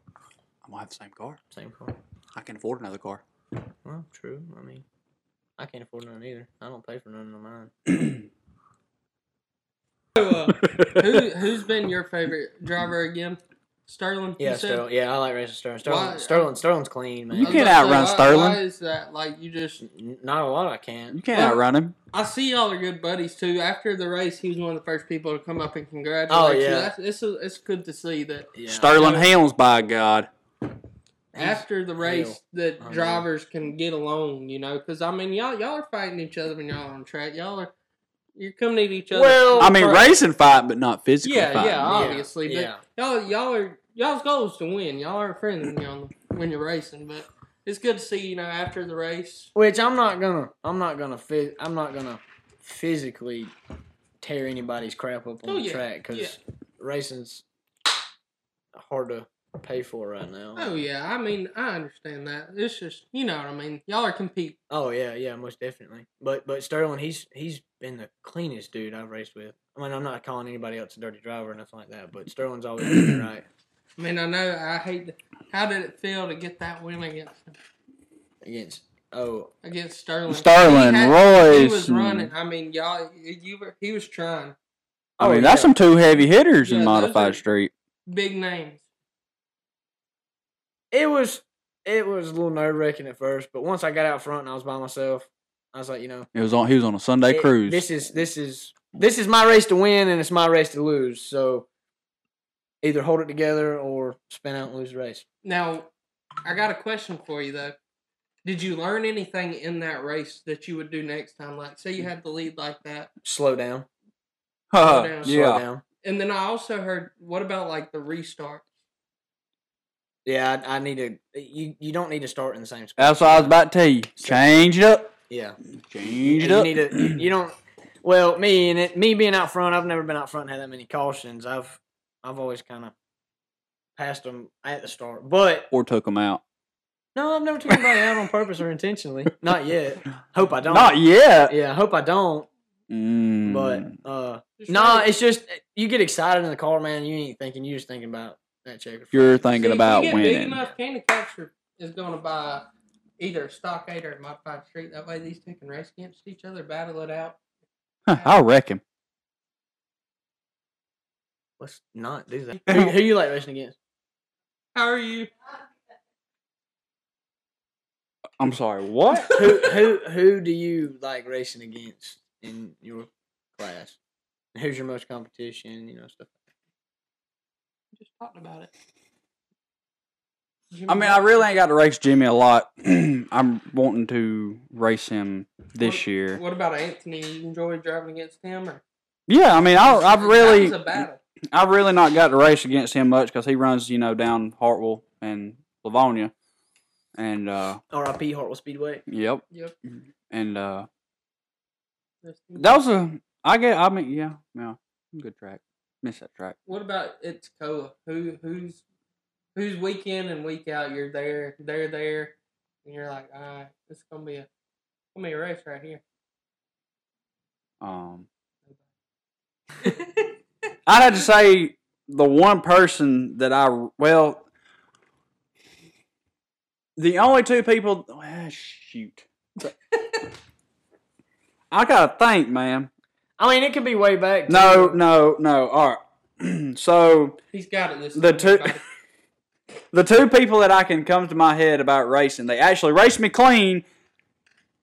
Speaker 3: I'm gonna have the same car.
Speaker 4: Same car.
Speaker 3: I can afford
Speaker 4: [LAUGHS]
Speaker 3: another car.
Speaker 4: Well, true. I mean, I can't afford none either. I don't pay for none of mine.
Speaker 2: who,
Speaker 3: [LAUGHS]
Speaker 2: uh, who who's been your favorite driver again? Sterling. you
Speaker 4: Yeah,
Speaker 2: said?
Speaker 4: Sterling. Yeah, I like racing Sterling.
Speaker 2: Why-
Speaker 4: Sterling, Sterling, Sterling's clean, man.
Speaker 3: You
Speaker 2: I was
Speaker 3: can't
Speaker 2: about to
Speaker 3: outrun
Speaker 2: why-
Speaker 3: Sterling.
Speaker 2: Why is that? Like you just
Speaker 4: N- Not a lot. I
Speaker 3: You
Speaker 4: can't.
Speaker 3: can't
Speaker 2: Well-
Speaker 3: outrun him.
Speaker 2: I see y'all are good buddies too. After the race, he was one of the first people to come up and congratulate
Speaker 4: Oh,
Speaker 2: you.
Speaker 4: yeah.
Speaker 2: That's, it's, it's good to see that
Speaker 4: Yeah.
Speaker 3: Sterling Helms, by God.
Speaker 2: after the race, that
Speaker 4: I know.
Speaker 2: drivers can get along. You know, because I mean, y'all y'all are fighting each other when y'all on track. Y'all are you're coming at each other.
Speaker 4: Well,
Speaker 3: I mean,
Speaker 2: Right.
Speaker 3: racing fight, but not physically
Speaker 2: Yeah,
Speaker 3: fighting.
Speaker 2: yeah. obviously, but-
Speaker 4: yeah.
Speaker 2: y'all y'all are y'all's goal is to win. Y'all are friends when you're, on, when you're racing, but it's good to see you know after the race.
Speaker 4: Which I'm not gonna. I'm not gonna. Phys- I'm not gonna physically tear anybody's crap up on
Speaker 2: Oh,
Speaker 4: the
Speaker 2: yeah,
Speaker 4: track because racing's hard to pay for right now.
Speaker 2: Oh yeah, I mean I understand that. It's just you know what I mean. Y'all are compete.
Speaker 4: Oh yeah, yeah, most definitely. But but Sterling, he's he's been the cleanest dude I've raced with. I mean, I'm not calling anybody else a dirty driver or nothing like that. But Sterling's always
Speaker 2: [CLEARS THROAT]
Speaker 4: been right.
Speaker 2: I mean I know I hate. To, how did it feel to get that win against
Speaker 4: Against oh
Speaker 2: against Sterling?
Speaker 3: Sterling,
Speaker 2: He
Speaker 3: Royce.
Speaker 2: He was
Speaker 3: and-
Speaker 2: running. I mean y'all, you were. He was trying.
Speaker 3: I
Speaker 4: Oh,
Speaker 3: mean, that's
Speaker 4: yeah.
Speaker 3: some two heavy hitters
Speaker 2: Yeah,
Speaker 3: in
Speaker 2: those
Speaker 3: modified
Speaker 2: are-
Speaker 3: street.
Speaker 2: Big names.
Speaker 4: it was it was a little nerve wracking at first, but once I got out front and I was by myself, I was like, you know,
Speaker 3: It was on. He was on a Sunday
Speaker 4: it-
Speaker 3: cruise.
Speaker 4: This is this is this is my race to win and it's my race to lose. So either hold it together or spin out and lose the race.
Speaker 2: Now, I got a question for you though. Did you learn anything in that race that you would do next time? Like, say you had the lead like that.
Speaker 4: Slow down.
Speaker 2: slow down, slow
Speaker 4: Slow
Speaker 3: [LAUGHS] yeah,
Speaker 4: down.
Speaker 2: And then I also heard, what about like the restart?
Speaker 4: Yeah, I, I need to. You you don't need to start in the same spot.
Speaker 3: that's what I was about to tell you. Change it up.
Speaker 4: Yeah,
Speaker 3: Change it
Speaker 4: you
Speaker 3: up.
Speaker 4: need to. You don't. Well, me and it, me being out front, I've never been out front and had that many cautions. I've I've always kind of passed them at the start, but
Speaker 3: or took him out.
Speaker 4: No, I've never took anybody out on purpose or intentionally. Not yet. Hope I don't.
Speaker 2: [LAUGHS]
Speaker 3: Not yet.
Speaker 4: Yeah, I hope I don't.
Speaker 3: Mm.
Speaker 4: But uh
Speaker 2: Just
Speaker 4: no,
Speaker 2: right-
Speaker 4: it's just you get excited in the car, man. You ain't thinking. You just thinking about that checker.
Speaker 3: you're
Speaker 2: See,
Speaker 3: thinking
Speaker 2: if
Speaker 3: about
Speaker 2: you get Big
Speaker 3: winning.
Speaker 2: enough, Candy Capture is going to buy either a Stockade or a Modified Street. That way, these two can race against each other, battle it out.
Speaker 3: Huh, [LAUGHS] I reckon.
Speaker 4: Let's not do [LAUGHS] that. who, who you like racing against?
Speaker 2: How are [LAUGHS] you?
Speaker 3: I'm sorry. What?
Speaker 4: Who who who do you like racing against in your class? And who's your most competition? You know stuff.
Speaker 2: Just talking about it.
Speaker 3: I mean, I really ain't got to race Jimmy a lot. [CLEARS THROAT] I'm wanting to race him this
Speaker 2: What-
Speaker 3: year.
Speaker 2: What about Anthony? You enjoy driving against him, or
Speaker 3: Yeah, I mean, I, Oh, I've
Speaker 2: That was
Speaker 3: really,
Speaker 2: a battle.
Speaker 3: I've really not got to race against him much because he runs, you know, down Hartwell and Livonia, and uh,
Speaker 4: R.I.P. Hartwell Speedway.
Speaker 3: yep,
Speaker 2: Yep.
Speaker 3: and uh, that was a, I get, I mean, yeah, yeah, good track. Miss that track.
Speaker 2: What about it's Koa? Who who's who's week in and week out? You're there, they're there, and you're like, all right, this is gonna be a gonna be a race right here.
Speaker 3: Um, I'd have to say the one person that I well, the only two people. ah,
Speaker 4: [LAUGHS]
Speaker 3: shoot, I gotta think, man.
Speaker 4: I mean, it could be way back. too.
Speaker 3: No, no, no. All right. [CLEARS THROAT] so
Speaker 2: He's got it this
Speaker 3: The
Speaker 2: time,
Speaker 3: two-
Speaker 2: buddy.
Speaker 3: the two people that I can come to my head about racing, they actually race me clean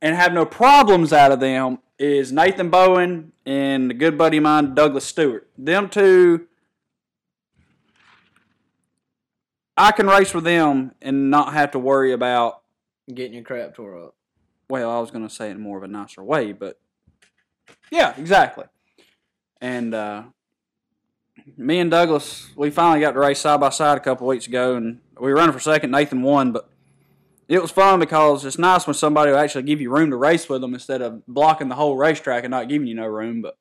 Speaker 3: and have no problems out of them is Nathan Bowen and a good buddy of mine, Douglas Stewart. Them two I can race with them and not have to worry about.
Speaker 4: Getting your crap tore up.
Speaker 3: Well, I was going to say it in more of a nicer way, but yeah, exactly. And uh, me and Douglas, we finally got to race side by side a couple weeks ago, and we were running for second. Nathan won, but it was fun because it's nice when somebody will actually give you room to race with them instead of blocking the whole racetrack and not giving you no room. But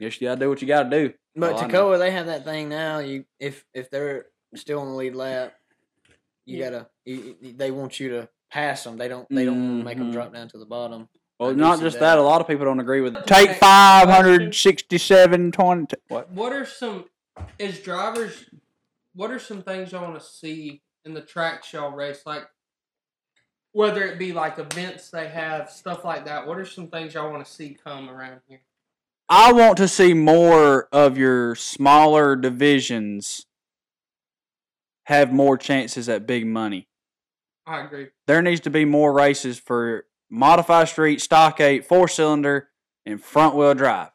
Speaker 3: guess you got to do what you got to do.
Speaker 4: But
Speaker 3: Well, I know.
Speaker 4: Tacoma, they have that thing now. You if if they're still on the lead lap, you
Speaker 2: Yeah.
Speaker 4: gotta. You, you- they want you to pass them. They don't. They don't want to make them
Speaker 3: Mhm.
Speaker 4: drop down to the bottom. I
Speaker 3: Well,
Speaker 4: do
Speaker 3: not
Speaker 4: see
Speaker 3: just
Speaker 4: that.
Speaker 3: that. A lot of people don't agree with
Speaker 2: Take
Speaker 3: 567, 20. What?
Speaker 2: [LAUGHS] What are some as drivers? What are some things y'all want to see in the track y'all race? Like whether it be like events they have, stuff like that. What are some things y'all want to see come around here?
Speaker 3: I want to see more of your smaller divisions have more chances at big money.
Speaker 2: I agree.
Speaker 3: There needs to be more races for modified street, stock eight, four cylinder, and front wheel drive.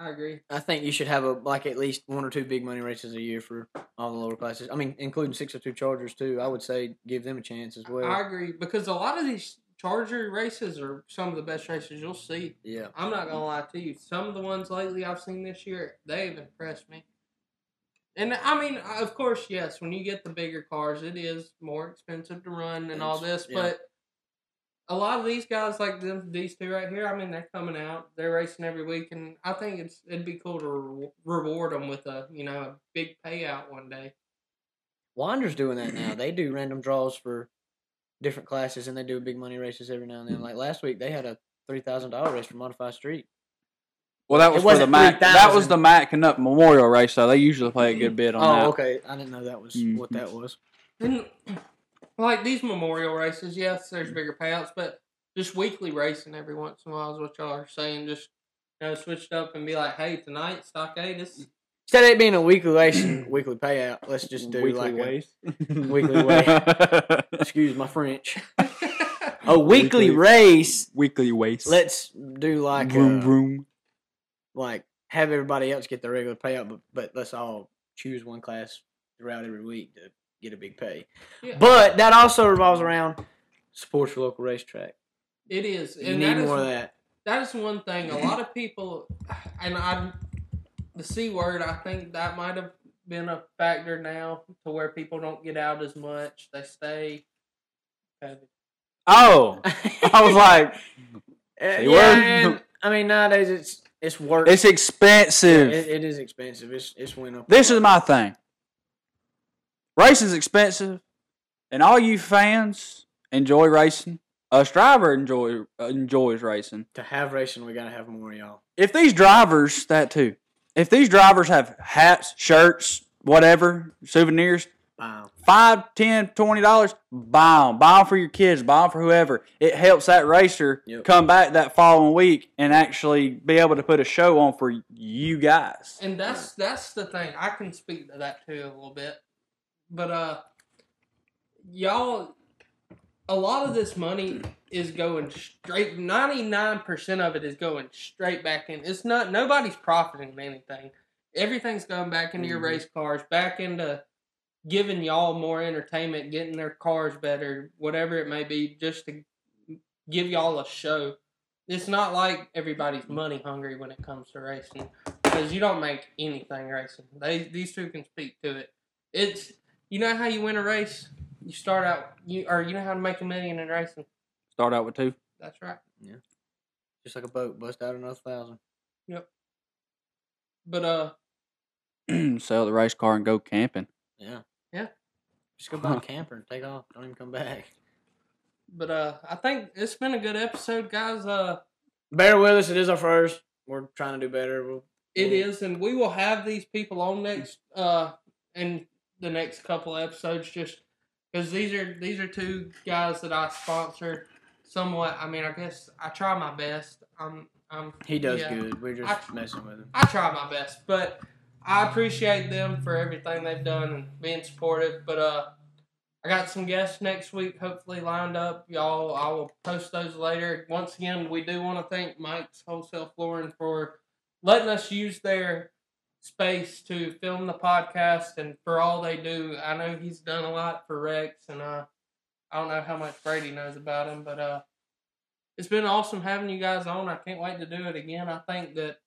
Speaker 2: I agree.
Speaker 4: I think you should have a like at least one or two big money races a year for all the lower classes. I mean, including six or two Chargers too. I would say give them a chance as well.
Speaker 2: I agree because a lot of these Charger races are some of the best races you'll see.
Speaker 4: yeah,
Speaker 2: I'm not gonna lie to you. Some of the ones lately I've seen this year, they've impressed me. And I mean, uh, of course, yes, when you get the bigger cars, it is more expensive to run and all this.
Speaker 4: It's- yeah.
Speaker 2: But a lot of these guys, like them, these two right here, I mean, they're coming out, they're racing every week, and I think it's it'd be cool to re- reward them with a you know a big payout one day.
Speaker 4: Wander's doing that now. They do random draws for different classes, and they do big money races every now and then. Like last week, they had a three thousand dollar race for modified street.
Speaker 3: Well, that
Speaker 4: It
Speaker 3: was for the
Speaker 4: wasn't
Speaker 3: Mac.
Speaker 4: 3,000.
Speaker 3: That was the Matt Canuck Memorial race, though. They usually play a good bit on that.
Speaker 4: Oh, okay. I didn't know that was what
Speaker 3: Mhm.
Speaker 4: that was.
Speaker 2: And like these memorial races, yes, there's bigger payouts, but just weekly racing every once in a while is what y'all are saying. Just you know, switched up and be like, hey, tonight stockade is
Speaker 4: Instead of it being a weekly
Speaker 3: [CLEARS THROAT]
Speaker 4: ration, weekly payout, let's just do like a, [LAUGHS] weekly excuse my French, a weekly,
Speaker 3: Weekly-
Speaker 4: race.
Speaker 3: [LAUGHS] weekly waste.
Speaker 4: Let's do like
Speaker 3: vroom,
Speaker 4: a- [LAUGHS]
Speaker 3: vroom.
Speaker 4: like have everybody else get their regular payout, but, but let's all choose one class throughout every week to get a big pay.
Speaker 2: Yeah.
Speaker 4: But that also revolves around support your local racetrack.
Speaker 2: [LAUGHS] it is.
Speaker 4: You
Speaker 2: And that
Speaker 4: need
Speaker 2: is-
Speaker 4: more of that.
Speaker 2: that is one thing. A lot of people, and I, the c word, I think that might have been a factor now to where people don't get out as much. They stay.
Speaker 3: Oh,
Speaker 4: [LAUGHS]
Speaker 3: I was like,
Speaker 4: Uh,
Speaker 3: C word.
Speaker 4: yeah, and, I mean nowadays it's it's work.
Speaker 3: it's expensive.
Speaker 4: it, it is expensive. It's it's went up.
Speaker 3: this is my thing. Racing's expensive, and all you fans enjoy racing. Us driver enjoy uh, enjoys racing.
Speaker 4: to have racing. We gotta have more y'all.
Speaker 3: If these drivers that too, if these drivers have hats, shirts, whatever souvenirs,
Speaker 4: Wow.
Speaker 3: five, ten, twenty dollars, buy them. Buy them for your kids. Buy them for whoever. It helps that racer
Speaker 4: Yep.
Speaker 3: come back that following week and actually be able to put a show on for you guys.
Speaker 2: And that's that's the thing. I can speak to that too a little bit. But uh y'all a lot of this money is going straight 99% of it is going straight back in. It's not nobody's profiting from anything. Everything's going back into your
Speaker 4: Mhm.
Speaker 2: race cars, back into giving y'all more entertainment, getting their cars better, whatever it may be, just to give y'all a show. It's not like everybody's money hungry when it comes to racing because you don't make anything racing. They these two can speak to it. It's you know how you win a race. You start out you or you know how to make a million in racing.
Speaker 3: Start out with two.
Speaker 2: That's right.
Speaker 4: Just like a boat, bust out another thousand.
Speaker 2: But uh,
Speaker 3: [CLEARS THROAT] Sell the race car and go camping.
Speaker 4: Yeah.
Speaker 2: Yeah.
Speaker 4: Just go buy [LAUGHS] a camper and take off. Don't even come back.
Speaker 2: but uh, I think it's been a good episode, guys. Uh,
Speaker 4: Bear with us. It is our first. We're trying to do better. We'll,
Speaker 2: it
Speaker 4: Yeah.
Speaker 2: is, and we will have these people on next uh in the next couple episodes just because these are these are two guys that I sponsor somewhat. I mean, I guess I try my best. I'm I'm
Speaker 4: he does
Speaker 2: Yeah.
Speaker 4: good. We're just
Speaker 2: I-
Speaker 4: messing with him.
Speaker 2: I try my best, but I appreciate them for everything they've done and being supportive. But uh, I got some guests next week, hopefully lined up. Y'all, I will post those later. Once again, we do want to thank Mike's Wholesale Flooring for letting us use their space to film the podcast and for all they do i know he's done a lot for rex and uh, i don't know how much brady knows about him but uh, it's been awesome having you guys on i can't wait to do it again i think that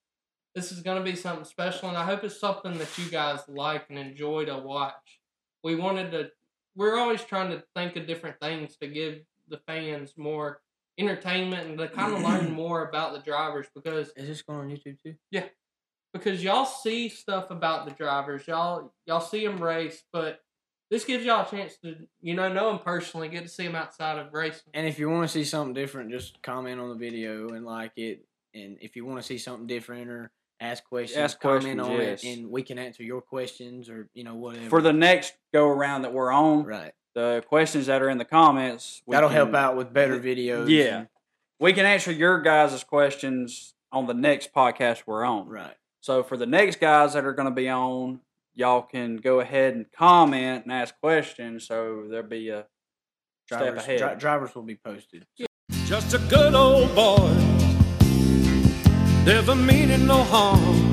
Speaker 2: this is going to be something special and i hope it's something that you guys like and enjoy to watch we wanted to we're always trying to think of different things to give the fans more entertainment and to kind of learn more about the drivers because
Speaker 4: Is this going on YouTube too?
Speaker 2: because y'all see stuff about the drivers, y'all y'all see them race, but this gives y'all a chance to you know know them personally, get to see them outside of racing.
Speaker 4: And if you want to see something different, just comment on the video and like it. And if you want to see something different or ask questions,
Speaker 3: Ask
Speaker 4: comment on
Speaker 3: questions, yes.
Speaker 4: it, and we can answer your questions or you know whatever.
Speaker 3: For the next go around that we're on,
Speaker 4: right,
Speaker 3: the questions that are in the comments, we
Speaker 4: that'll
Speaker 3: can-
Speaker 4: help out with better videos.
Speaker 3: Yeah,
Speaker 4: and-
Speaker 3: we can answer your guys' questions on the next podcast we're on.
Speaker 4: right.
Speaker 3: So for the next guys that are going to be on, y'all can go ahead and comment and ask questions. So there'll be a
Speaker 4: Drivers,
Speaker 3: step ahead.
Speaker 4: dri- drivers will be posted.
Speaker 1: Just a good old boy. Never meaning no harm.